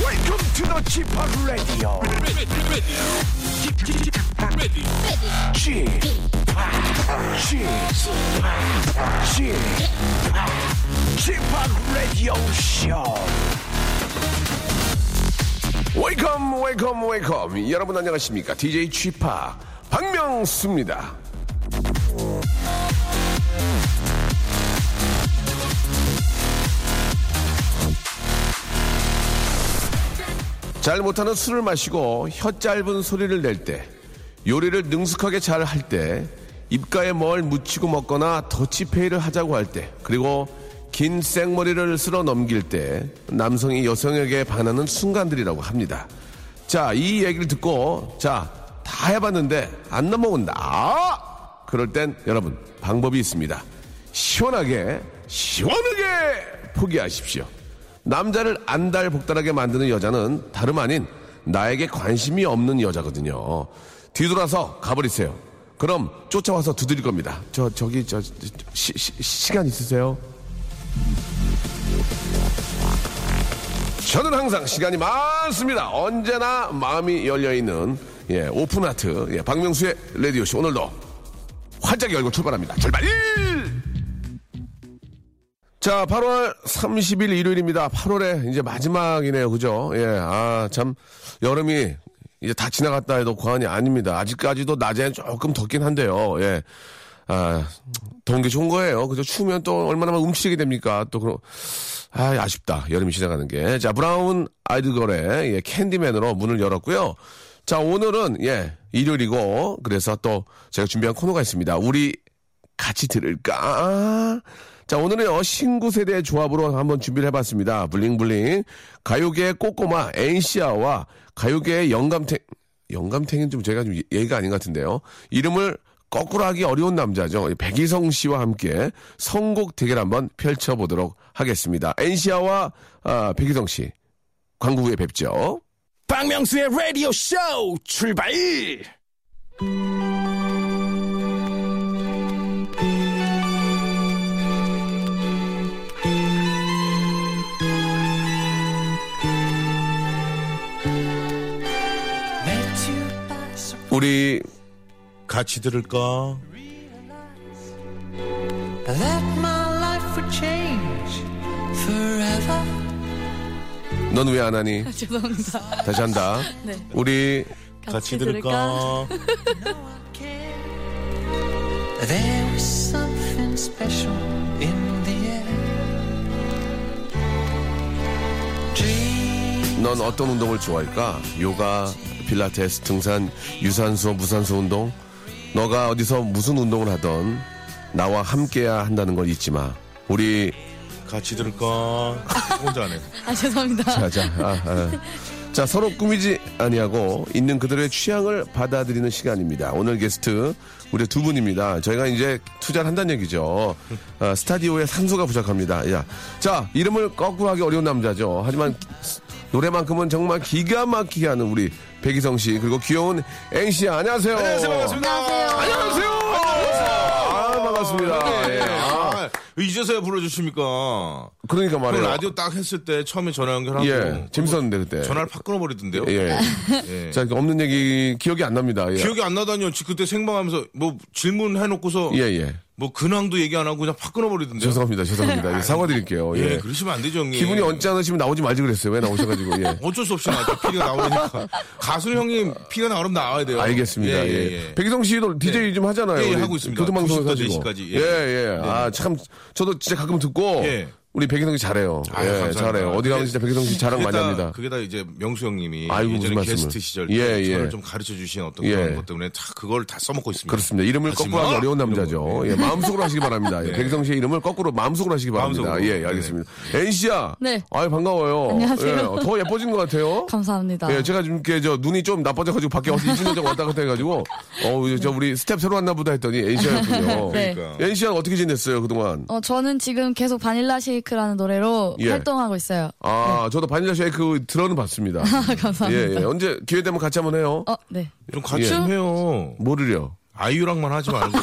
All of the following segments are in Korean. Welcome to the g p o p Radio. ready, ready, ready, ready. g p o p g p o p g p o p Radio Show. 웨이컴 웨이컴 웨이컴 여러분 안녕하십니까 DJ 취파 박명수입니다 잘 못하는 술을 마시고 혀 짧은 소리를 낼 때 요리를 능숙하게 잘 할 때 입가에 뭘 묻히고 먹거나 더치페이를 하자고 할 때 그리고 긴 생머리를 쓸어 넘길 때 남성이 여성에게 반하는 순간들이라고 합니다. 자, 이 얘기를 듣고 자, 다 해봤는데 안 넘어온다. 아! 그럴 땐 여러분 방법이 있습니다. 시원하게 시원하게 포기하십시오. 남자를 안달복달하게 만드는 여자는 다름 아닌 나에게 관심이 없는 여자거든요. 뒤돌아서 가버리세요. 그럼 쫓아와서 두드릴 겁니다. 저 저기 저, 저, 시, 시, 시간 있으세요? 저는 항상 시간이 많습니다. 언제나 마음이 열려 있는 예, 오픈 하트 예, 박명수의 레디오 씨 오늘도 활짝 열고 출발합니다. 출발! 자, 8월 30일 일요일입니다. 8월에 이제 마지막이네요. 그죠? 예, 아, 참, 여름이 이제 다 지나갔다 해도 과언이 아닙니다. 아직까지도 낮에는 조금 덥긴 한데요. 예. 아, 더운 게 좋은 거예요. 그죠? 추우면 또 얼마나 움츠리게 됩니까? 또 그런, 아, 아쉽다. 여름이 시작하는 게. 자, 브라운 아이드걸의 예, 캔디맨으로 문을 열었고요. 자, 오늘은, 예, 일요일이고, 그래서 또 제가 준비한 코너가 있습니다. 우리 같이 들을까? 자, 오늘은요, 신구 세대의 조합으로 한번 준비를 해봤습니다. 블링블링. 가요계의 꼬꼬마, 엔시아와 가요계의 영감탱, 영감탱인 좀 제가 좀 예- 예의가 아닌 것 같은데요. 이름을 거꾸로 하기 어려운 남자죠. 백이성 씨와 함께 선곡 대결 한번 펼쳐보도록 하겠습니다. 엔시아와 아, 백이성 씨. 광고 후에 뵙죠. 박명수의 라디오 쇼 출발. 우리 같이 들을까? that my life would change forever. 넌 왜 안 하니? 죄송합니다. 다시 한다. 우리 같이 들을까? There was something special in the air. Dream 넌 어떤 운동을 좋아할까? 요가, 필라테스, 등산, 유산소, 무산소 운동? 너가 어디서 무슨 운동을 하던 나와 함께야 한다는 걸 잊지 마. 우리 같이 들을까? 혼자 안 해. 아 죄송합니다. 자자 아, 아. 자 서로 꾸미지 아니하고 있는 그들의 취향을 받아들이는 시간입니다. 오늘 게스트 우리 두 분입니다. 저희가 이제 투자를 한다는 얘기죠. 아, 스타디오에 상수가 부족합니다. 야, 자 이름을 거꾸로 하기 어려운 남자죠. 하지만 노래만큼은 정말 기가 막히게 하는 우리 백이성 씨 그리고 귀여운 앵씨 안녕하세요. 안녕하세요. 안녕하세요. 아, 반갑습니다. 예. 아, 아, 이제서야 불러주십니까? 그러니까 그 말이에요. 라디오 딱 했을 때 처음에 전화 연결하고 예, 재밌었는데 그때. 전화를 팍 끊어버리던데요. 예. 예. 자, 없는 얘기 기억이 안 납니다. 예. 기억이 안 나다니요. 지- 그때 생방하면서 뭐 질문해놓고서 예, 예. 뭐 근황도 얘기 안 하고 그냥 팍 끊어버리던데요. 죄송합니다. 죄송합니다. 예, 사과드릴게요. 예, 예. 그러시면 안 되죠, 형님. 기분이 언짢으시면 나오지 말지 그랬어요. 왜 나오셔가지고. 예. 어쩔 수 없이 나죠. 피가 나오니까. 가수 형님 피가 나오면 나와야 돼요. 알겠습니다. 예, 백희성 씨도 DJ 좀 하잖아요. 예, 예, 우리 하고 있습니다. 교통방송에서 2 하시고. 4 시까지. 예, 예. 예. 아, 참, 저도 진짜 가끔 듣고. 예. 우리 백희성 씨 잘해요. 아유, 예, 감사합니다. 예. 잘해요. 어디 가면 진짜 백희성 씨 자랑 그게 많이 다- 합니다. 그게 다 이제 명수 형님이 아이고, 무슨 예전에 말씀을. 게스트 시절 때 예, 예. 저를 좀 가르쳐 주신 어떤 예. 그런 것 때문에 다 그걸 다 써먹고 예. 있습니다. 그렇습니다. 이름을 하지마. 거꾸로 하기 어려운 뭐? 이런 남자죠. 거. 예, 마음속으로 하시기 바랍니다. 예, 네. 백희성 씨의 이름을 거꾸로 마음속으로 하시기 바랍니다. 마음속으로. 네. 예, 알겠습니다. 엔씨야. 네. 아유, 반가워요. 안녕하세요. 예, 더 예뻐진 것 같아요. 감사합니다. 예, 제가 지금 이렇게 저 눈이 좀 나빠져가지고 밖에 와서 20년 전 왔다 갔다 해가지고, 어우, 이제 저 우리 스텝 새로 왔나 보다 했더니 엔시아였군요. 네. 그러니까. 엔시아는 어떻게 지냈어요, 그동안? 어 저는 지금 계속 바닐라 쉐이크라는 노래로 예. 활동하고 있어요. 아, 저도 바닐라 쉐이크 들어는 봤습니다. 감사합니다. 예, 예. 언제 기회 되면 같이 한번 해요. 어 네. 좀 같이 예. 좀 해요. 뭐를요? 아이유랑만 하지 말고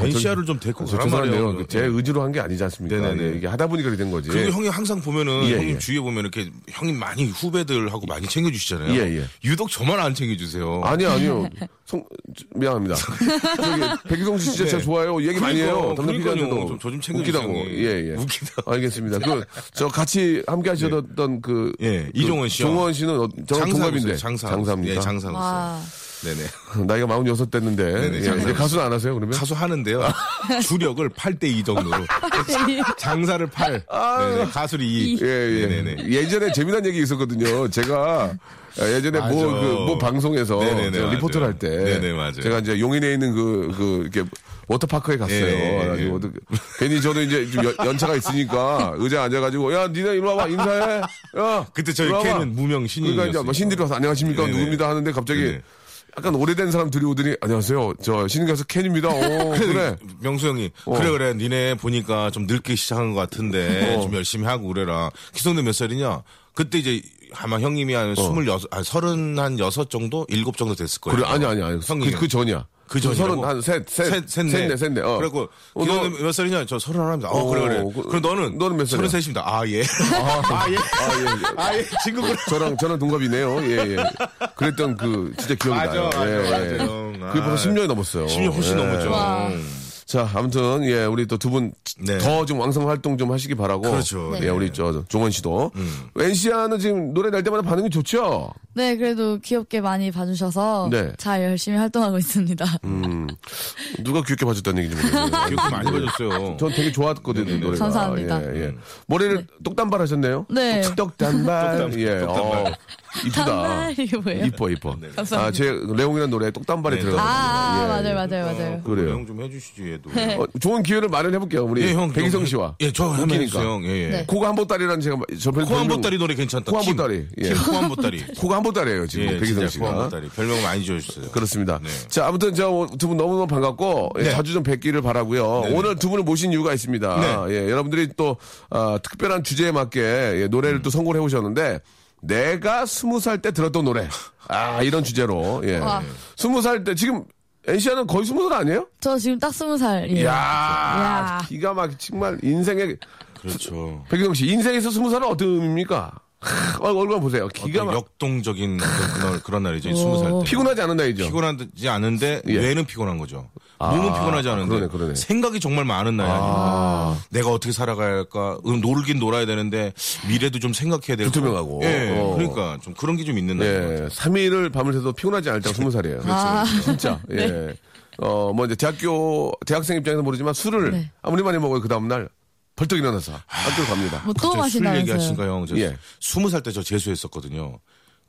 NCR을 좀 데리고 아, 저 가란 죄송한데요. 아, 그 말이에요. 예. 제 의지로 한 게 아니지 않습니까? 네네네. 예, 이게 하다 보니까 그렇게 된 거지. 그리고 형이 항상 보면은 예, 형님 예. 주위에 보면 이렇게 형님 많이 후배들하고 많이 챙겨주시잖아요. 예, 예. 유독 저만 안 챙겨주세요. 아니요, 아니요. 송, 저- 미안합니다. 저기, 백희성 씨 진짜 네. 제가 좋아요. 얘기 많이 해요. 그러니까요. 담당 그러니까요. PD한테도. 좀저좀 챙겨주세요, 웃기다고. 형님. 예, 예. 웃기다. 알겠습니다. 그, 저 같이 함께 하셨던 그. 예, 그 이종원 씨요. 종원 씨는 어- 저랑 장사하고 동갑인데. 있어요. 장사. 장사입니다. 예, 장사하고 와. 있어요. 네네. 어, 나이가 46 됐는데. 네네, 예, 장사하고 이제 가수는 안 하세요, 그러면? 가수 하는데요. 주력을 8대 2 정도로. 장사를 8. 네네. 가수를 2. 아, 예, 예. 네네. 예전에 재미난 얘기 있었거든요. 제가 예전에 맞아. 뭐, 그, 뭐 방송에서 네네네, 제가 리포트를 맞아요. 할 때. 네네, 맞아요. 제가 이제 용인에 있는 그, 그, 이렇게 워터파크에 갔어요. 예, 예, 예. 그래가지고 어떻게- 괜히 저도 이제 좀 연- 연차가 있으니까 의자 앉아가지고 야, 니네 일로 와봐. 인사해. 야. 그때 저희 일로 와봐. 걔는 무명 그러니까 이제 막 신인이었어요. 신들이 와서 안녕하십니까. 네네. 누굽니다 하는데 갑자기 네네. 약간 오래된 사람 들이 오더니 안녕하세요. 저 신인가수 켄입니다. 그러니까 오, 그래. 어. 명수 형이 그래 그래 니네 보니까 좀 늦게 시작한 것 같은데 어. 좀 열심히 하고 그래라. 기성도 몇 살이냐? 그때 이제 아마 형님이 어. 한 스물여섯, 한 서른 한 여섯 정도, 일곱 정도 됐을 거예요. 그래, 아니, 아니, 아니. 형님. 그, 그 전이야. 그 전이라고? 서른 한 셋, 셋, 셋, 셋, 셋네, 셋네. 어. 그래갖고, 어, 너- 기성도 몇 살이냐? 저 서른 하나입니다. 어, 그래, 그래. 어, 그- 그럼 너는? 너는 몇 살이야? 서른 셋입니다. 아, 예. 아, 예. 아, 예. 아, 예. 친구구나. 저랑, 저랑 동갑이네요. 예, 예. 그랬던 그, 진짜 기억이 맞아, 나요. 맞아, 예, 맞아, 예. 형. 그게 아. 벌써 10년이 넘었어요. 10년 훨씬 예. 넘었죠. 와. 자, 아무튼, 예, 우리 또 두 분 더 네. 좀 왕성 활동 좀 하시기 바라고. 그렇죠. 예, 네. 음. 우리 저, 종원 씨도. 엔시아는 지금 노래 날 때마다 반응이 좋죠? 네, 그래도 귀엽게 많이 봐주셔서 네. 잘 열심히 활동하고 있습니다. 음, 누가 귀엽게 봐줬다는 얘기 좀 해주세요. 기억 많이 봐줬어요. 전 되게 네, 좋았거든요, 노래가. 감사합니다. 예, 예. 머리를 똑단발 하셨네요? 네. 똑단발. 예, 어. 이쁘다. 단발 이게 뭐예요? 이뻐, 이뻐. 감사합니다. 아, 제 레옹이라는 노래에 똑단발이 네, 아, 들어가. 아, 맞아요, 맞아요, 어. 맞아요. 그래요. 형좀 해주시지, 얘도. 네. 어, 좋은 기회를 마련해 볼게요. 우리 예, 형. 백희성 좀 해- 씨와 예, 저 웃기니까. 해주세 형. 예, 예. 네. 코가 한보따리라는 제가 저편 코한 보따리 노래 괜찮다. 코한 킴. 보따리. 예. 킴, 코한 보따리. 코가 한보따리예요 지금 예, 백희성 진짜 씨가. 코한 보따리. 별명 많이 지어주셨어요. 그렇습니다. 네. 자, 아무튼 저 두 분 너무너무 반갑고 예, 네. 자주 좀 뵙기를 바라고요. 오늘 두 분을 모신 이유가 있습니다. 예, 여러분들이 또 아, 특별한 주제에 맞게 예, 노래를 또 선곡을 해오셨는데 내가 스무 살 때 들었던 노래. 아, 이런 주제로. 예. 와. 스무 살 때 지금 엔시아는 거의 스무 살 아니에요? 저 지금 딱 스무 살이에요. 이야, 예. 야. 기가 막 정말 인생의 그렇죠. 백경 씨 인생에서 스무 살은 어떤 의미입니까? 하, 얼- 얼굴 보세요. 기가 막 어. 역동적인 어떤 그런, 그런 날이죠. 스무 살 때. 피곤하지 않은 나이죠. 피곤하지 않은데 예. 아, 뇌는 피곤한 거죠. 몸은 피곤하지 않은데 그러네, 그러네. 생각이 정말 많은 나이 아닙니까? 내가 어떻게 살아가야 할까? 음, 놀긴 놀아야 되는데 미래도 좀 생각해야 될 불투명하고. 거. 예, 어. 그러니까 좀 그런 게 좀 있는 나이 것 예, 같아요. 3일을 밤을 새서 피곤하지 않을 때가 스무 살이에요. 그렇죠. 아. 진짜. 네. 예. 어, 뭐 이제 대학교 대학생 입장에서 모르지만 술을 네. 아무리 많이 먹어요 그 다음 날 벌떡 일어나서 학교 를 갑니다. 아. 뭐 또 갑자기 술 얘기하신가 마시나면서요? 형? 저 예. 스무 살 때 저 재수했었거든요.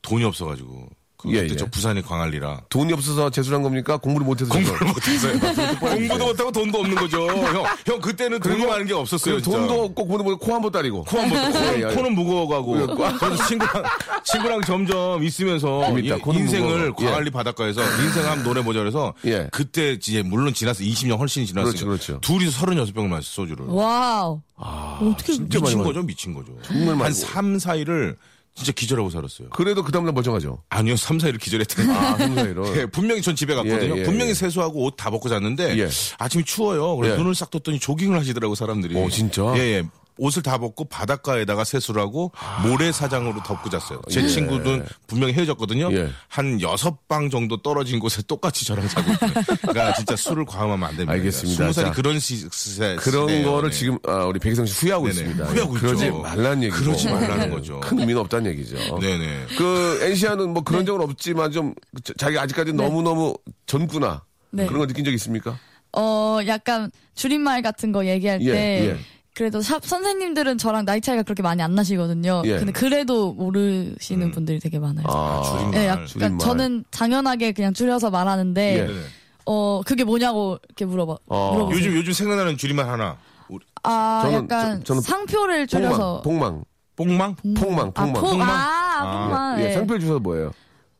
돈이 없어가지고 그 예, 그때 예. 저 부산이 광안리라. 돈이 없어서 재수한 겁니까? 공부를 못해서 공부를 못했어요. 공부도 못하고 돈도 없는 거죠. 형, 형 그때는 돈이 많은 게 없었어요. 네. 그 진짜. 돈도 없고 공부도 못해 코한 번 따리고. 코한 번, 예, 예. 코는, 코는 무거워가고. 예. 저도 친구랑, 친구랑 점점 있으면서 재밌다. 이- 코는 인생을 무거워. 광안리 바닷가에서 인생 한번 노래보자 그래서 예. 그때 이제 물론 지나서 20년 훨씬 그렇죠, 지났으니까 그렇죠. 둘이서 36병을 마셨어, 소주를. 와우. 어떻게 많이 미친 마셨- 거죠, 미친 거죠. 정말 많이 한 3, 4일을 진짜 기절하고 살았어요. 그래도 그 다음 날 멀쩡하죠. 아니요, 3, 4일을 기절했대요. 아, 스무 살이로. 예, 분명히 전 집에 갔거든요. 예, 예, 분명히 예. 세수하고 옷 다 벗고 잤는데 예. 아침이 추워요. 그래서 예. 눈을 싹 떴더니 조깅을 하시더라고 사람들이. 오, 진짜? 예, 예. 옷을 다 벗고 바닷가에다가 세수를 하고 아. 모래사장으로 덮고 잤어요. 제 친구는 분명히 헤어졌거든요. 예. 한 여섯 방 정도 떨어진 곳에 똑같이 저랑 자고 있어요. 그러니까 진짜 술을 과음하면 안 됩니다. 알겠습니다. 스무 살이 자, 그런 시, 세 그런 거를 지금 아, 우리 백희성 씨 후회하고 네, 네네. 있습니다. 후회하고 그러지 있죠. 말라는 얘기고. 그러지 말라는 예. 거죠. 큰 의미는 없다는 얘기죠. 네네. 네. 그 엔시아는 뭐 그런 적은 없지만 좀 자- 자기가 아직까지 너무너무 젊구나. 네. 그런 거 느낀 적 있습니까? 어, 약간 줄임말 같은 거 얘기할 예, 때 예. 그래도 샵 선생님들은 저랑 나이 차이가 그렇게 많이 안 나시거든요. 예. 음. 근데 그래도 모르시는 분들이 되게 많아요. 아, 줄임말. 네, 예, 약간 줄임말. 저는 당연하게 그냥 줄여서 말하는데 예. 어 그게 뭐냐고 이렇게 물어봐 어. 물어보세요. 요즘 요즘 생각나는 줄임말 하나. 우리- 아 저는- 약간 저- 저는 상표를 줄여서 폭망, 뽕망? 폭망, 폭망, 아, 폭망. 포- 폭망. 아, 폭망. 예, 예. 상표 주셔서 뭐예요?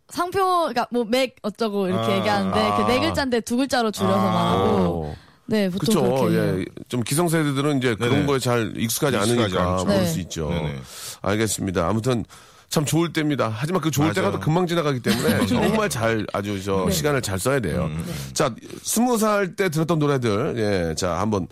상표, 가 뭐 맥 어쩌고 이렇게 아. 얘기하는데 이렇게 네 글자인데 두 글자로 줄여서 말하고 어. 네 아, 보통 그쵸. 그렇게 해요. 예. 좀 기성세대들은 이제 그런 네네. 거에 잘 익숙하지 익숙하지 않으니까 않죠. 모를 네. 수 있죠. 네네. 알겠습니다. 아무튼 참 좋을 때입니다. 하지만 그 좋을 맞아요. 때가 또 금방 지나가기 때문에 정말 잘 아주 저 시간을 잘 써야 돼요. 자, 스무 살 때 들었던 노래들 예, 자 한번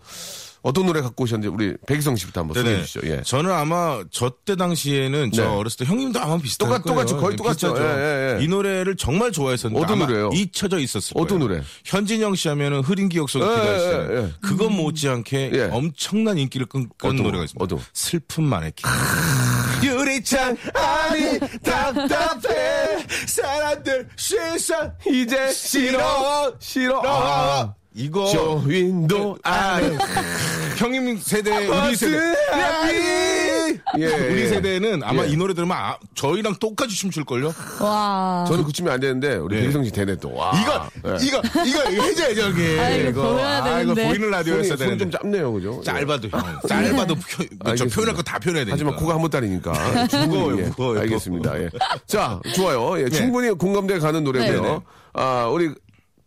어떤 노래 갖고 오셨는지 우리 백희성 씨부터 한번 소개해 네네. 주시죠. 예. 저는 아마 저 때 당시에는 저 네. 어렸을 때 형님도 아마 똑같- 비슷할 거예요. 똑같죠. 거의 네, 똑같죠. 비슷하죠. 예, 예, 예. 이 노래를 정말 좋아했었는데 어떤 아마 노래예요? 잊혀져 있었을 거예요. 어떤 노래? 현진영 씨 하면은 흐린 기억 속에 예, 그가 예, 있어요. 예, 예. 그거 못지않게 예. 엄청난 인기를 끈, 끈 어떤 거? 노래가 있습니다. 어떤 거? 슬픈 마네킹. 유리창 아니 답답해 사람들 세상 이제 싫어 싫어 아, 이거 저 윈도 아래 형님 세대 우리 세대 예, 우리 예. 세대는 아마 예. 이 노래 들으면 아, 저희랑 똑같이 춤출걸요? 와. 저는 그치면 안 되는데 우리 예. 백희성 씨 되네 또. 와. 예. 이거, 이거, 이거 해줘야죠, 형님. 아, 이거 보여야 아, 이거 되는데. 보이는 라디오 했어야 손이, 손이 좀 되는데. 짧네요, 그죠? 짧아도, 형. 짧아도 표, 저 알겠습니다. 표현할 거 다 표현해야 되니까. 하지만 코가 한 번 따리니까 무거워요, 예, 무거워요. 알겠습니다. 예. 자, 좋아요. 예, 충분히 공감대 가는 노래고요. 네, 네. 아, 우리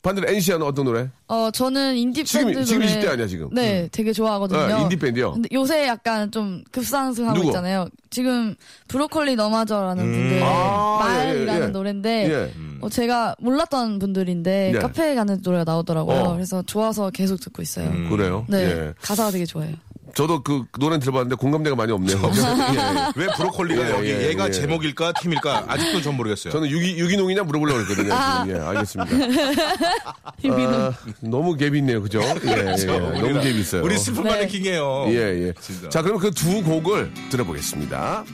반대로 NC는 어떤 노래? 어, 저는 인디 지금- 밴드 지금 노래- 20대 아니야, 지금? 네, 되게 좋아하거든요. 아, 인디 밴드요? 근데 요새 약간 좀 급상승하고 누구? 있잖아요. 지금 브로콜리 넘어져라는 분들 아, 말이라는 예, 예, 예. 노래인데 예. 어, 제가 몰랐던 분들인데 예. 카페에 가는 노래가 나오더라고요. 어. 그래서 좋아서 계속 듣고 있어요. 음. 그래요? 네, 예. 가사가 되게 좋아요. 저도 그 노래 들어봤는데 공감대가 많이 없네요. 예. 왜 브로콜리가 예, 여기 예, 얘가 예. 제목일까, 팀일까, 아직도 전 모르겠어요. 저는 유기, 유기농이냐 물어보려고 했거든요. 지금. 예, 알겠습니다. 아, 너무 갭이 있네요, 그죠? 예, 예, 예. 너무 갭이 있어요. 그렇죠. 우리 슬픈 네. 마네킹이에요. 예, 예. 진짜. 자, 그럼 그 두 곡을 들어보겠습니다.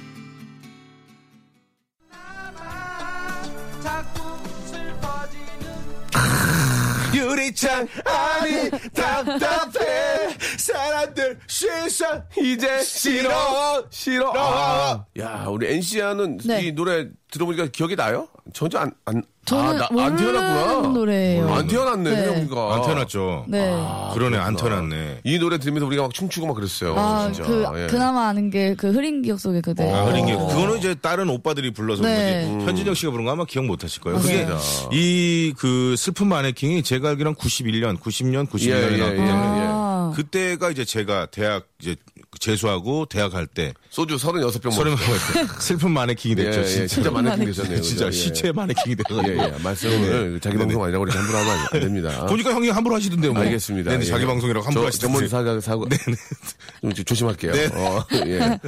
유리창 아니 답답해 사람들 세상 이제 싫어 싫어. 아. 야 우리 NC야는 네. 이 노래 들어보니까 기억이 나요? 전혀 안안 안, 저는 아, 나- 안 모르는 태어났구나. 노래예요. 안 태어났네 네. 그러니까. 안 태어났죠. 네. 아, 그러네, 안 태어났네. 이 노래 들으면서 우리가 막 춤추고 막 그랬어요. 아, 진짜. 그, 예. 그나마 아는 게 그 흐린 기억 속의 그대. 아, 흐린 게 그거는 이제 다른 오빠들이 불러서 어. 네. 그런지 현진영 씨가 부른 거 아마 기억 못 하실 거예요. 그게 맞아요. 이 그 슬픈 마네킹이 제가 알기로는 91년, 90년, 예, 예, 91년에 예, 나왔기 예. 때문에 아. 그때가 이제 제가 대학 이제 재수하고 대학 갈때 소주 36병 서른 먹었어요. 먹을 슬픈 마네킹이 예, 됐죠. 예, 진짜. 진짜 많은 마네킹. 분이셨네요. 진짜 네. 시체 마네킹이 예, 돼가지고. 예. 말씀을 자기 방송 아니라고 이렇게 함부로 하면 안 됩니다. 보니까 형이 함부로 하시던데 뭐. 알겠습니다. 네, 네, 자기 예. 방송이라고 함부로 네, 저- 전문 하시던데. 사가 사고. 좀 조- 조심할게요. 어, 예.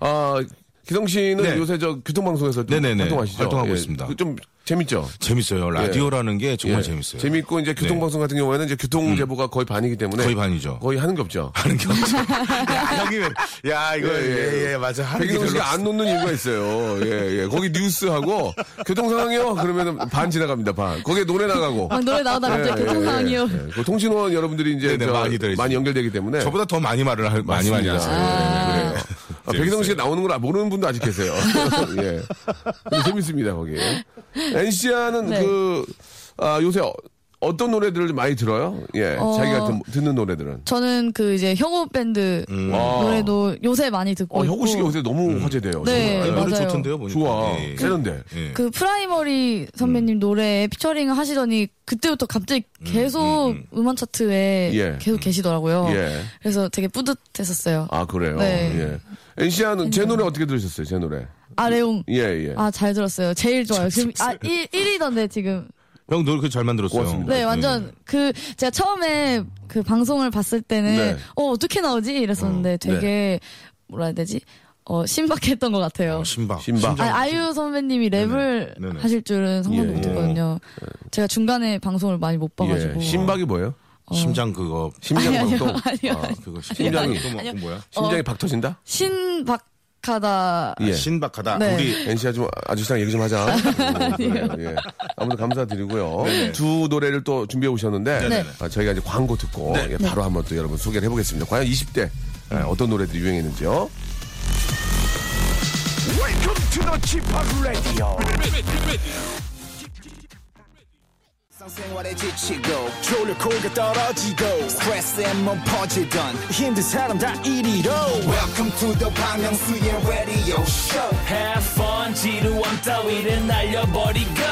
아, 기성 씨는 네. 요새 저 교통방송에서 좀 네네네. 활동하시죠? 활동하고 예. 있습니다. 그좀 재밌죠? 재밌어요. 라디오라는 게 정말 예. 재밌어요. 네. 음. 재밌고 이제 교통방송 같은 경우에는 이제 교통 제보가 거의 반이기 때문에 거의 반이죠. 거의 하는 게 없죠. 하는 게 없죠. 야, 형이 왜- 야, 이거, 예, 예. 예, 예, 맞아. 하는 게 백인성 별로 씨가 안 놓는 이유가 있어요. 예, 예. 거기 뉴스하고 교통 상황이요. 그러면은 반 지나갑니다. 반. 거기에 노래 나가고. 막 노래 나오다 갑자기 예, 예, 예. 교통상황이요. 예. 그 통신원 여러분들이 이제 네네, 저 많이 들어있어요. 많이 연결되기 네. 때문에 저보다 더 많이 말을 할, 많이 많이 맞습니다. 하세요. 예, 네, 그래요. 아, 재밌어요. 백희성 씨가 나오는 걸 아- 모르는 분도 아직 계세요. 예. 근데 재밌습니다, 거기. NC야는 네. 그, 아, 요새 어, 떤 노래들을 많이 들어요? 예. 어, 자기가 듣, 듣는 노래들은. 저는 그 이제 형우 밴드 와. 노래도 요새 많이 듣고 어, 있고 혁우 씨가 요새 너무 화제돼요. 네, 정말. 예, 노래 맞아요. 좋던데요, 보니까. 좋아. 예, 예. 세련돼. 예. 그 프라이머리 선배님 노래에 피처링 을 하시더니 그때부터 갑자기 계속 음. 음, 원 차트에 예. 계속 계시더라고요. 예. 그래서 되게 뿌듯했었어요. 아, 그래요? 네. 음. 예. NC야는 제 노래 어떻게 들으셨어요, 제 노래? 아, 레옹. 예, 예. 아, 잘 들었어요. 제일 좋아요. 지금 아, 1, 위던데 지금. 그 형 노래 잘 만들었어요. 고맙습니다. 네, 완전 그 제가 처음에 그 방송을 봤을 때는 네. 음, 어, 어떻게 나오지? 이랬었는데 되게 뭐라 해야 되지? 어, 신박했던 것 같아요. 어, 신박. 신박. 아, 아이유 선배님이 랩을 네네. 하실 줄은 상상도 예. 못했거든요. 제가 중간에 방송을 많이 못 예. 봐가지고. 심박이 뭐예요? 심장 그거. 어. 아니, 아니요, 심장박동. 아니요. 아, 그거 심장이. 그거 뭐- 뭐야? 어. 심장이 박 터진다? 신박하다. 예. 아, 신박하다. 네. 우리 NC야 좀 아저씨랑 얘기 좀 하자. 예, 예. 아무튼 감사드리고요. 두 노래를 또 준비해 오셨는데 네. 아, 저희가 이제 광고 듣고 예, 바로 한번 또 여러분 소개를 해보겠습니다. 과연 20대 예, 음. 어떤 노래들이 유행했는지요? Welcome to the Chip Radio. 생활에 지치고, 졸려 코가 떨어지고, 스트레스에 몸 퍼지던, 힘든 사람 다 이리로. welcome to the Bang Myung-soo's radio show Have fun 지루함 따위를 날려버리고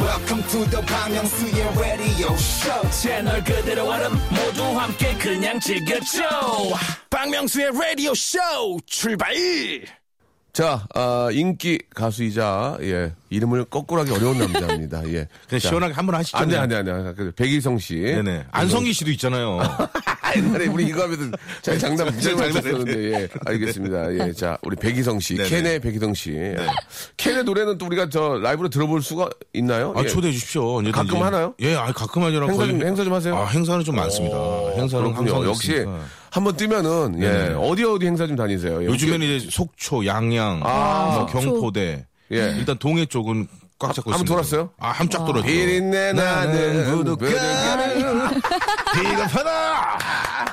welcome to the Bang Myung-soo's radio show 채널 그대로 와름 모두 함께 그냥 즐겨줘 박명수의 라디오 쇼 출발 자, 아, 인기 가수이자, 예, 이름을 거꾸로 하기 어려운 남자입니다. 예. 자, 그냥 시원하게 한번 하시죠. 안 돼, 안 돼, 안 돼. 안 돼. 그 백일성 씨. 네네. 안성기 씨도 있잖아요. 아, 옛날에 우리 이거 하면 잘 장난 무지하게 많이 장난을 썼었는데, 예. 알겠습니다. 예. 자, 우리 백이성 씨. 네. 네네. 켄의 백이성 씨. 켄의 노래는 또 우리가 저 라이브로 들어볼 수가 있나요? 아, 예. 초대해 주십시오. 언제든지. 가끔 하나요? 예, 아, 가끔 하니라 행사 좀, 거의- 행사 좀 하세요. 어, 아, 행사는 좀 많습니다. 행사는 항상 그렇군요. 역시 있으니까. 한번 뜨면은, 예. 네네. 어디 어디 행사 좀 다니세요. 예. 요즘에는 이제 속초, 양양, 아, 뭐 속초. 경포대. 예. 일단 동해 쪽은 꽉 잡고 아, 한번 있습니다. 돌았어요? 아, 한번 쫙 돌았죠. 비린내 나는 구독가를 비가 파다!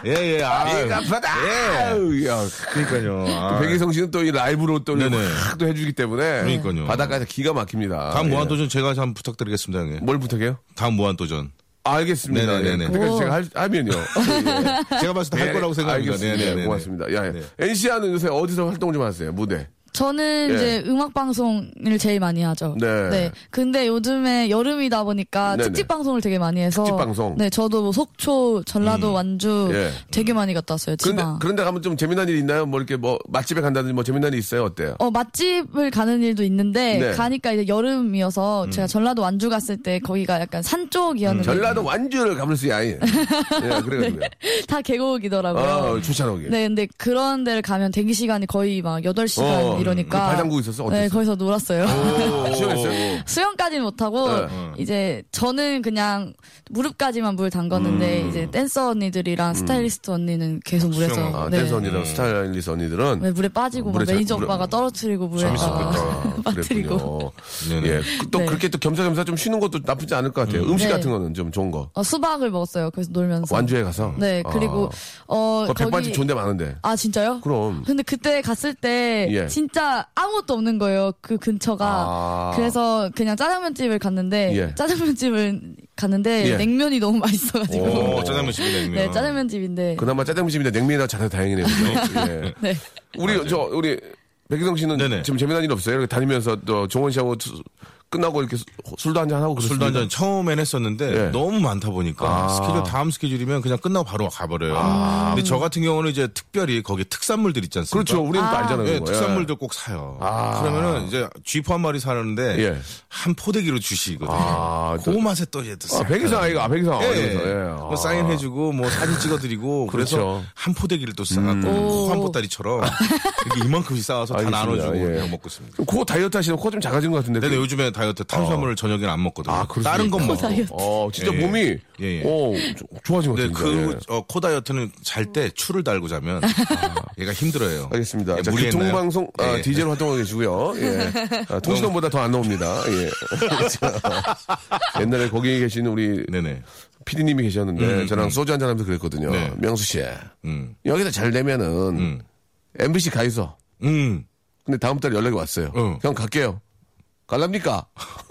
예, 예, 아. 비가 예. 파다! 아유, 야. 그러니까요. 아. 백이성 씨는 또 이 라이브로 또 네네. 확또 해주기 때문에. 그러니까요. 바닷가에서 기가 막힙니다. 다음 뭐 예. 무한도전 제가 한번 부탁드리겠습니다, 형님. 뭘 부탁해요? 아, 다음 무한도전. 알겠습니다. 네네네네. 예. 그때까지 오. 제가 할, 하면요. 예. 제가 봤을 때 할 거라고 생각합니다. 알겠습니다. 예, 네네네. 고맙습니다. 야, 네. NC아는 요새 어디서 활동 좀 하세요? 무대. 저는 예. 이제 음악 방송을 제일 많이 하죠. 네. 근데 요즘에 여름이다 보니까 네네. 특집 방송을 되게 많이 해서 특집 방송. 네, 저도 뭐 속초, 전라도, 완주 예. 되게 많이 갔다 왔어요. 그런데 지방. 그런데 가면 좀 재미난 일이 있나요? 뭐 이렇게 뭐 맛집에 간다든지 뭐 재미난 일이 있어요? 어때요? 어, 맛집을 가는 일도 있는데 네. 음. 가니까 이제 여름이어서 제가 전라도 완주 갔을 때 거기가 약간 산 쪽이었는데 전라도 완주를 가볼 수 있야. 예, 그래가지고요. 다 계곡이더라고요. 아, 추천하기. 네, 근데 그런 데를 가면 대기 시간이 거의 막 8시간 어, 이러니까. 그 발장구 있었어? 어땠어? 네, 그- 거기서 놀았어요. 시원했어요? 수영까지는 못하고, 네. 이제 저는 그냥 무릎까지만 물 담궜는데, 이제 댄서 언니들이랑 스타일리스트 언니는 계속 물에서. 수영하고. 음. 아, 네. 댄서 언니랑 스타일리스 언니들은 네, 물에 빠지고, 막 물에 잘- 매니저 물에- 오빠가 떨어뜨리고, 물에다가 재밌었겠다. 아, 빠뜨리고. 그랬군요. 네네. 예, 또 네. 그렇게 또 겸사겸사 좀 쉬는 것도 나쁘지 않을 것 같아요. 음. 식 네. 같은 거는 좀 좋은 거. 어, 수박을 먹었어요. 그래서 놀면서. 완주에 가서. 네, 그리고, 어, 아, 백반집 좋은 데 많은데. 아 진짜요? 그럼. 근데 그때 갔을 때 예. 진짜 아무것도 없는 거예요 그 근처가. 아. 그래서 그냥 짜장면 집을 갔는데 예. 짜장면 집을 갔는데 예. 냉면이 너무 맛있어가지고. 오, 짜장면 집이 냉면. 네 짜장면 집인데. 그나마 짜장면집인데 냉면이라 잘해 다행이네요. 그죠? 예. 네. 우리 저 우리 백희성 씨는 네네. 지금 재미난 일 없어요? 이렇게 다니면서 또 종원 씨하고 수- 끝나고 이렇게 수- 술도 한잔 하고 술도 그러십니까? 한잔 처음엔 했었는데 예. 너무 많다 보니까 아. 스케줄 다음 스케줄이면 그냥 끝나고 바로 가버려요. 근데 저 같은 경우는 이제 특별히 거기 특산물들 있지 않습니까? 그렇죠. 우리는 또 알잖아요. 예, 그거. 특산물들 꼭 사요. 아. 그러면은 이제 쥐포 한 마리 사는데 예. 한 포대기로 주시거든요. 아, 그 또- 맛에 또 얘도 아, 백이성 아이가 아, 백이성 예, 아이가. 예. 예. 뭐 사인해주고 뭐 사진 찍어드리고 그래서 그렇죠. 음. 한 포대기를 또 싸갖고 오. 한 보따리처럼 이렇게 이만큼씩 싸와서 다 알겠습니다. 나눠주고 예. 그냥 먹고 있습니다. 아. 코 다이어트 하시면 코 좀 작아진 것 같은데. 그- 근데 또- 요즘에 다이어트 탄수화물을 저녁에는 안 먹거든요. 아, 그렇습니까? 다른 건 먹고. 다이어트. 어, 진짜 예. 몸이 예, 예. 어, 조- 좋아진 것 근데 같은데. 그 예. 아. 어, 코 다이어트는 잘 때 추를 달고 자면 얘가 힘들어요. 알겠습니다. 예, 자, 무리했나요? 교통방송 아, 예. DJ로 활동하고 계시고요. 예. 아, 통신원보다 더 안 나옵니다. 예. 자, 옛날에 거기 계신 우리 예. 네네. PD님이 계셨는데 음, 저랑 음. 소주 한잔 하면서 그랬거든요. 네. 명수 씨 음. 여기서 잘 되면은 음. MBC 가 있어. 음. 근데 다음 달에 연락이 왔어요. 어. 형 갈게요. 갈랍니까?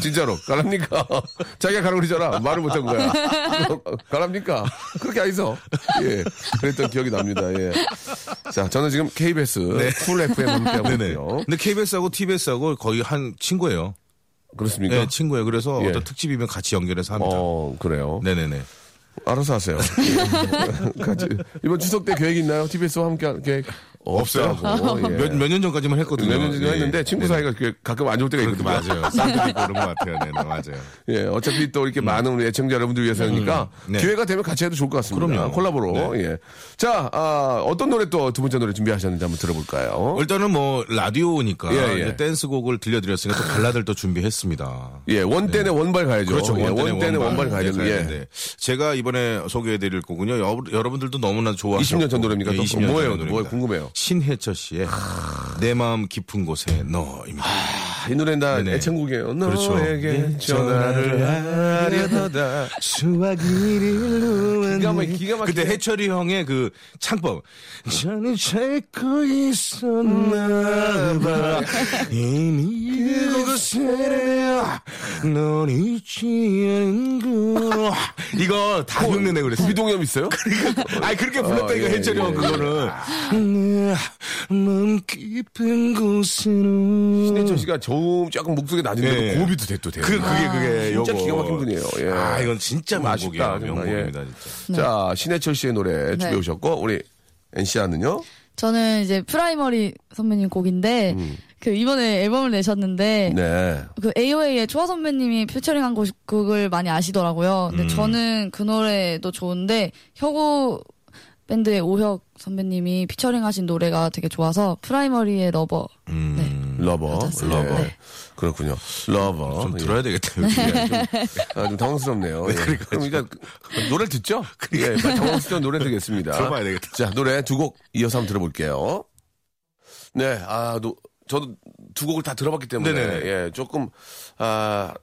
진짜로 갈랍니까? 자기가 가라고 그러잖아. 말을 못한 거야. 갈랍니까? 그렇게 안 있어. 예. 그랬던 기억이 납니다. 예. 자, 저는 지금 KBS 쿨 FM 함께하고 네. 네네. 있고요. 근데 KBS하고 TBS하고 거의 한 친구예요. 그렇습니까? 네, 친구예요. 그래서 예. 어떤 특집이면 같이 연결해서 합니다. 어, 그래요. 네네네. 알아서 하세요. 같이. 이번 추석 때 계획 있나요? TBS와 함께 할 계획? 없어요. 없다고. 예. 몇, 몇 년 전까지만 했거든요. 몇 년 전에 예. 했는데 친구 네네. 사이가 그- 가끔 안 좋을 때가 그렇게 있거든요. 맞아요. 쌍둥이 그런 것 같아요. 네네, 맞아요. 예, 어차피 또 이렇게 많은 우리 애청자 여러분들 위해서니까 음, 네. 기회가 되면 같이 해도 좋을 것 같습니다. 그럼요. 네. 콜라보로. 예. 자, 아, 어떤 노래 또 두 번째 노래 준비하셨는지 한번 들어볼까요? 일단은 뭐 라디오니까 예, 예. 이제 댄스곡을 들려드렸으니까 또 발라드를 또 준비했습니다. 예, 원댄에 원발 가야죠. 그렇죠. 예, 원댄에 원댄에 원발 가야 예, 되는 가야 예. 되는데. 제가 이번에 소개해드릴 곡은요. 여, 러분들도 너무나 좋아하시고 20년 전 노래입니까? 또? 20년 뭐예요? 전 노래입니다. 뭐예요? 궁금해요. 신해철 씨의 내 마음 깊은 곳에 너입니다. 아, 이 노래는 다 네네. 애창곡이에요. 그렇죠. 너에게 전화를 하려다. 수화기를 기가 막히게, 기가 막히게. 그때 해철이 형의 그 창법 저는 찾고 있었나봐 이미 그곳에 넌 잊지 않고 이거 다 흉내내 그랬어 비동염 있어요? 아니 그렇게 아, 불렀다니까 예, 해철이 형 예. 그거는 내맘 깊은 곳으로 신혜철 씨가 저음 조금 목소리 낮은데 예. 도 고비도 돼도 돼요. 그, 그게 그게 아, 진짜 요거. 기가 막힌 분이에요. 예. 아 이건 진짜 좀 아쉽다, 명곡이야 정말. 네. 명곡입니다 예. 진짜 자, 신해철 씨의 노래 준비해 오셨고, 우리 NC아는요? 저는 이제 프라이머리 선배님 곡인데 그 이번에 앨범을 내셨는데 음. 네. 그 AOA의 조화 선배님이 퓨처링한 곡, 곡을 많이 아시더라고요. 음. 근데 저는 그 노래도 좋은데 혁오 밴드의 오혁 선배님이 피처링하신 노래가 되게 좋아서 프라이머리의 러버. 음, 네. 러버, 받았어요. 러버. 네. 예. 그렇군요. 러버. 좀 예. 들어야 되겠다. 예, 좀, 아, 좀 당황스럽네요. 예. 그럼 일단 노래 를 듣죠? 예, 당황스러운 노래 듣겠습니다. 들어봐야 되겠다. 자, 노래 두 곡 이어서 한번 들어볼게요. 네, 아, 노, 저도 두 곡을 다 들어봤기 때문에 네네네. 예, 조금 아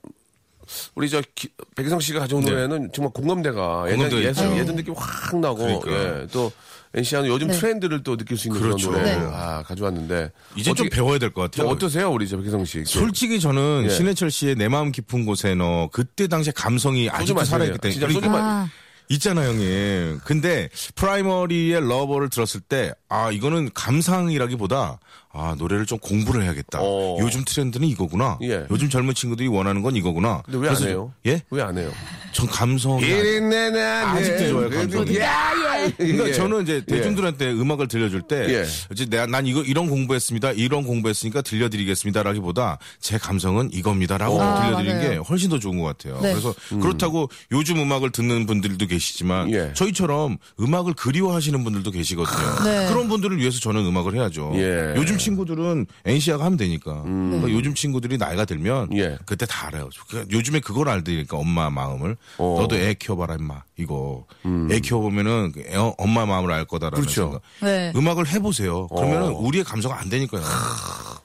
우리 저 기- 백희성 씨가 가져온 네. 노래는 정말 공감대가 예전 공감대가 예전, 있죠. 예전 느낌 확 나고 그러니까요. 예, 또 NC는 요즘 네. 트렌드를 또 느낄 수 있는 그렇죠. 그런 노래 네. 아, 가져왔는데 이제 좀 어떻게- 배워야 될 것 저 같아요. 어떠세요, 우리 저 백희성 씨? 솔직히 저는 예. 신해철 씨의 내 마음 깊은 곳에 너 그때 당시에 감성이 아직도 마셔야 돼요. 살아있기 때문에 진짜 소주 그러니까 마- 아, 있잖아 형님. 근데 프라이머리의 러버를 들었을 때 아 이거는 감상이라기보다 아 노래를 좀 공부를 해야겠다. 어. 요즘 트렌드는 이거구나. 예. 요즘 젊은 친구들이 원하는 건 이거구나. 근데 왜 안 그래서 해요? 예? 왜 안 해요? 전 감성이 아니- 내내 아직도 좋아요, 예, 감성이. 그러니까 저는 이제 대중들한테 음악을 들려줄 때 예. 이제 내가 난 이거 이런 공부했습니다. 이런 공부했으니까 들려드리겠습니다라기보다 제 감성은 이겁니다라고 아, 들려드리는 맞아요. 게 훨씬 더 좋은 것 같아요. 네. 그래서 그렇다고 요즘 음악을 듣는 분들도 계시지만 음. 예. 저희처럼 음악을 그리워하시는 분들도 계시거든요. 네. 그런 분들을 위해서 저는 음악을 해야죠. 예. 음. 요즘 친구들은 NC가 하면 되니까. 그러니까 요즘 친구들이 나이가 들면 예. 그때 다 알아요. 그러니까 요즘에 그걸 알더니까 엄마 마음을 어. 너도 애 키워봐라 임마 이거 애 키워보면은 그 애- 엄마 마음을 알 거다라는 음. 그렇죠. 생각. 네. 음악을 해보세요. 그러면은 어. 우리의 감성 안 되니까요.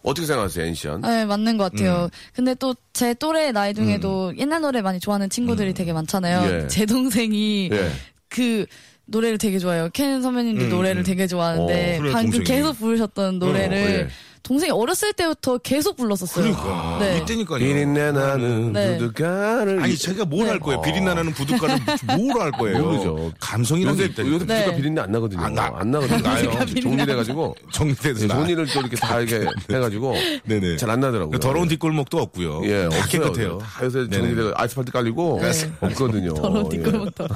어떻게 생각하세요, 음. 엔시언? 네, 맞는 것 같아요. 근데 또 제 또래 나이 중에도 음. 옛날 노래 많이 좋아하는 친구들이 되게 많잖아요. 예. 제 동생이 예. 그 노래를 되게 좋아해요. 켄 선배님도 노래를 되게 좋아하는데 음, 어, 그래요, 방금 동생이. 어, 계속 부르셨던 노래를 예. 동생이 어렸을 때부터 계속 불렀었어요. 그러니까 네. 이때니까요. 비린내 나는 네. 부두가를 아니 제가 뭘 할 거예요? 비린내 나는 부둣가는 뭘 할 거예요? 모르죠. 감성이라는 게 요새 있다. 요새 요 부두가 네. 비린내 안 나거든요. 아, 나- 안 나거든요. 나요? 정리돼가지고 정리돼서 나. 손이를 또 이렇게 다 이렇게 해가지고 네. 네네. 그 그러니까 잘 안 나더라고요. 더러운 뒷골목도 없고요. 예, 다 없어요. 깨끗해요. 다 요새 네네. 정리돼 아스팔트 깔리고 없거든요. 네. 더러운 어, 뒷골목도.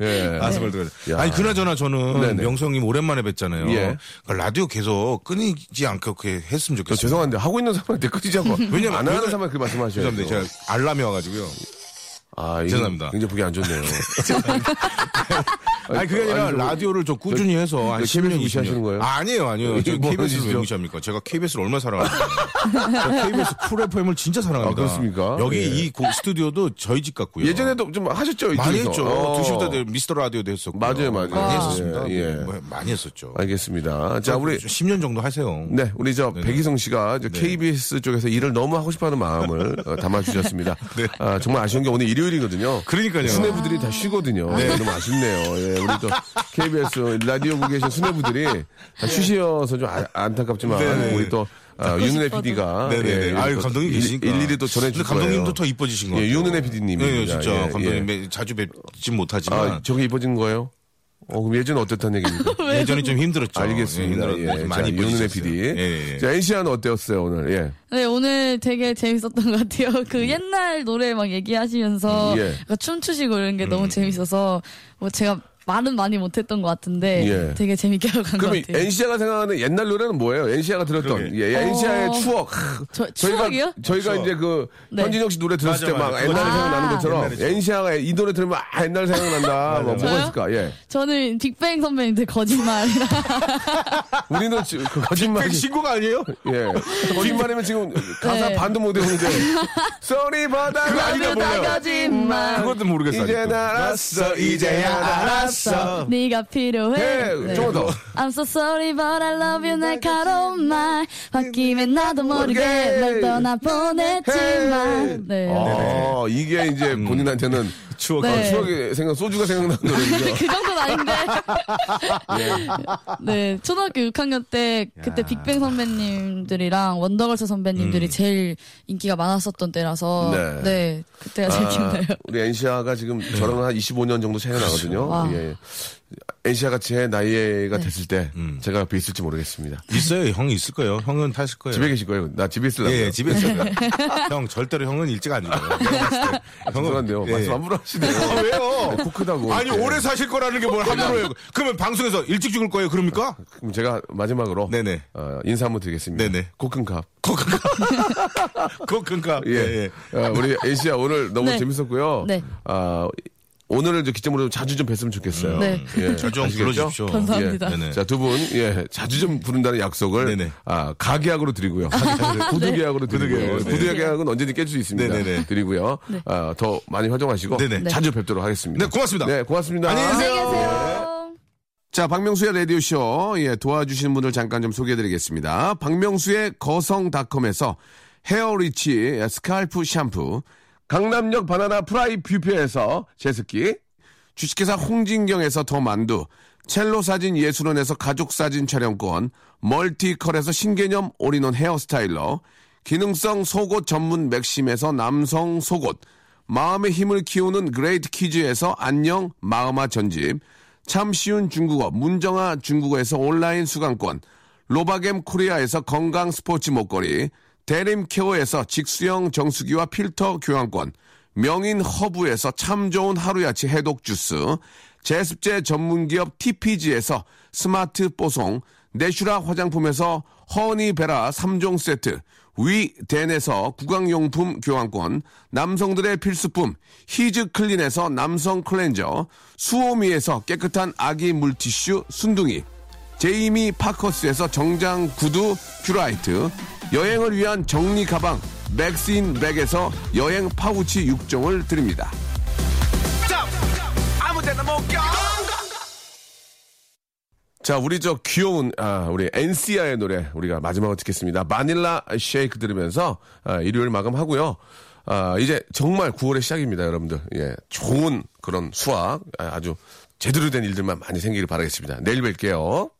예. 예. 아스팔트. 야. 아니 그나저나 저는 네네. 명성님 오랜만에 뵀잖아요. 예. 그러니까 라디오 계속 끊이지 않게 그렇게 했으면 저 좋겠어요. 죄송한데 하고 있는 사람한테 끊이자고. 왜냐면 안 하는 그거는- 사람한테 그 말씀하셔야 죄송합니다. 돼요. 제가 알람이 와가지고요. 아, 이거 죄송합니다. 굉장히 보기 안 좋네요. 아니 그게 아니라 아니, 그- 라디오를 좀 꾸준히 해서 한 그 KBS 10년 무시하시는 거예요? 아니에요, 아니에요. 저 뭐 KBS를 왜 하시죠? 무시합니까? 제가 KBS를 얼마나 사랑합니까? 저 KBS 쿨 FM을 진짜 사랑합니다. 아, 그렇습니까? 여기 예. 이 고- 스튜디오도 저희 집 같고요. 예전에도 좀 하셨죠? 많이 이쪽에서? 했죠. 어. 2시부터 미스터 라디오도 했었고. 맞아요, 맞아요. 많이 아. 했었습니다. 예, 예. 뭐 많이 했었죠. 알겠습니다. 자, 우리 10년 정도 하세요. 네, 우리 저 네네. 백희성 씨가 저 KBS 쪽에서 일을 너무 하고 싶어하는 마음을 어, 담아주셨습니다. 아, 정말 아쉬운 게 오늘 일요일이거든요. 네. 그러니까요. 수뇌부들이 다 쉬거든요. 너무 아쉽네요. 예, 우리 또 KBS 라디오국에 계신 수뇌부들이 다 쉬셔서 좀 아- 안타깝지만 네. 네네. 우리 또 아, 윤은혜 싶어도. PD가 예, 네네네. 아유, 감독님 계시니까. 일일이 또 전해주실 거예요. 근데 감독님도 더 이뻐지신 것 예, 같아요. 윤은혜 PD님이 네, 진짜 감독님 매- 자주 뵙진 못하지만 아, 저게 이뻐진 거예요? 어, 그럼 예전 어땠다는 얘기입니까? 예전에 좀 힘들었죠. 알겠습니다. 예, 힘들었는데 예, 많이 자, 윤은혜 이뻐지셨어요. PD. 예, 예, 예. 자, NC는 어땠어요, 오늘? 예. 네, 오늘 되게 재밌었던 것 같아요. 그 옛날 노래 막 얘기하시면서 음. 예. 음. 그러니까 춤추시고 이런 게 너무 재밌어서 뭐 제가 말은 많이 못했던 것 같은데 예. 되게 재밌게 하고 간 것 그럼 같아요. NC가 생각하는 옛날 노래는 뭐예요? NC가 들었던. 그러게. 예, NC의 어. 추억. 저- 저희가, 추억이요? 저희가 추억. 이제 그, 네. 현진영 씨 노래 들었을 맞아, 때 막 맞아. 옛날 아. 생각나는 것처럼 옛날이죠. NC가 이 노래 들으면 아, 옛날 생각난다. 뭐 뭐가 저요? 있을까? 예. 저는 빅뱅 선배님들 거짓말이랑 우리는 지금 그 거짓말이. 신곡 아니에요? 예. 거짓말이면 지금 가사 네. 반도 못 외우는데. 쏘리 바다 아니다, 몰라요. 거짓말 그것도 모르겠어요. 이제 아직도. 네, 알았어, 이제야 알았어. 네가 필요해 예, 아, 네. 조금 더. I'm so sorry but I love you 날카로운 네, 말 바뀌면 나도 모르게 모르게. 널 떠나보냈지만 네. 아, 이게 이제 음. 본인한테는 추억. 네. 아, 추억이 생각, 소주가 생각나는 노래죠. 그 정도는 아닌데 네 초등학교 6학년 때 그때 빅뱅 선배님들이랑 원더걸스 선배님들이 제일 인기가 많았었던 때라서 네. 네, 아, 그때가 제일 기억나요 그렇죠. 우리 엔시아가 지금 저랑 한 25년 정도 차이 나거든요. 와. 네. 예. 엔시아 같이 의 나이가 됐을 때 음. 제가 옆에 있을지 모르겠습니다. 있어요. 형이 있을 거예요. 형은 타실 거예요. 집에 계실 거예요? 나 집에 있을라고. 예, 예, 집에 있을 거예요. 형 절대로 형은 일찍 안 죽어요. 내가 봤을 때. 죄송한데요. 예. 말씀 함부로 하시네요. 아, 왜요? 코 크다고. 아니 예. 오래 사실 거라는 게 뭘 함부로 해요. 그러면 방송에서 일찍 죽을 거예요. 그럽니까? 그럼 제가 마지막으로 네네. 어, 인사 한번 드리겠습니다. 네네. 코큰캅. 그거 그러니까 예. 어, 우리 엔시아 오늘 너무 네. 재밌었고요. 네. 아, 오늘을 이제 기점으로 좀 자주 좀 뵀으면 좋겠어요. 네. 예. 절정 아시겠죠? 불러주십시오. 감사합니다. 네네. 자, 두 분, 예, 자주 좀 부른다는 약속을, 네네. 아, 아, 가계약으로 드리고요. 네, 구두계약으로 드리고요. 구두계약으로, 네. 구두계약은 언제든 깰 수 있습니다. 네네네. 드리고요. 아, 더 많이 활동하시고, 네네. 네. 자주 뵙도록 하겠습니다. 네, 고맙습니다. 네, 고맙습니다. 안녕히 계세요. 자, 박명수의 라디오쇼, 예, 도와주신 분들 잠깐 좀 소개해드리겠습니다. 박명수의 거성닷컴에서 헤어리치 스칼프 샴푸, 강남역 바나나 프라이 뷔페에서 제습기, 주식회사 홍진경에서 더 만두, 첼로 사진 예술원에서 가족 사진 촬영권, 멀티컬에서 신개념 올인원 헤어스타일러, 기능성 속옷 전문 맥심에서 남성 속옷, 마음의 힘을 키우는 그레이트 키즈에서 안녕 마음아 전집, 참 쉬운 중국어 문정아 중국어에서 온라인 수강권, 로바겜 코리아에서 건강 스포츠 목걸이, 대림케어에서 직수형 정수기와 필터 교환권, 명인 허브에서 참 좋은 하루야치 해독 주스, 제습제 전문기업 TPG에서 스마트 뽀송, 내슈라 화장품에서 허니베라 3종 세트, 위덴에서 구강용품 교환권, 남성들의 필수품 히즈클린에서 남성 클렌저, 수오미에서 깨끗한 아기 물티슈 순둥이, 제이미 파커스에서 정장 구두 큐라이트 여행을 위한 정리 가방 맥스인 백에서 여행 파우치 6종을 드립니다. 자, 우리 저 귀여운 아, 우리 엔시아의 노래 우리가 마지막으로 듣겠습니다. 마닐라 쉐이크 들으면서 아, 일요일 마감하고요. 아, 이제 정말 9월의 시작입니다, 여러분들. 예, 좋은 그런 수학 아, 아주 제대로 된 일들만 많이 생기길 바라겠습니다. 내일 뵐게요.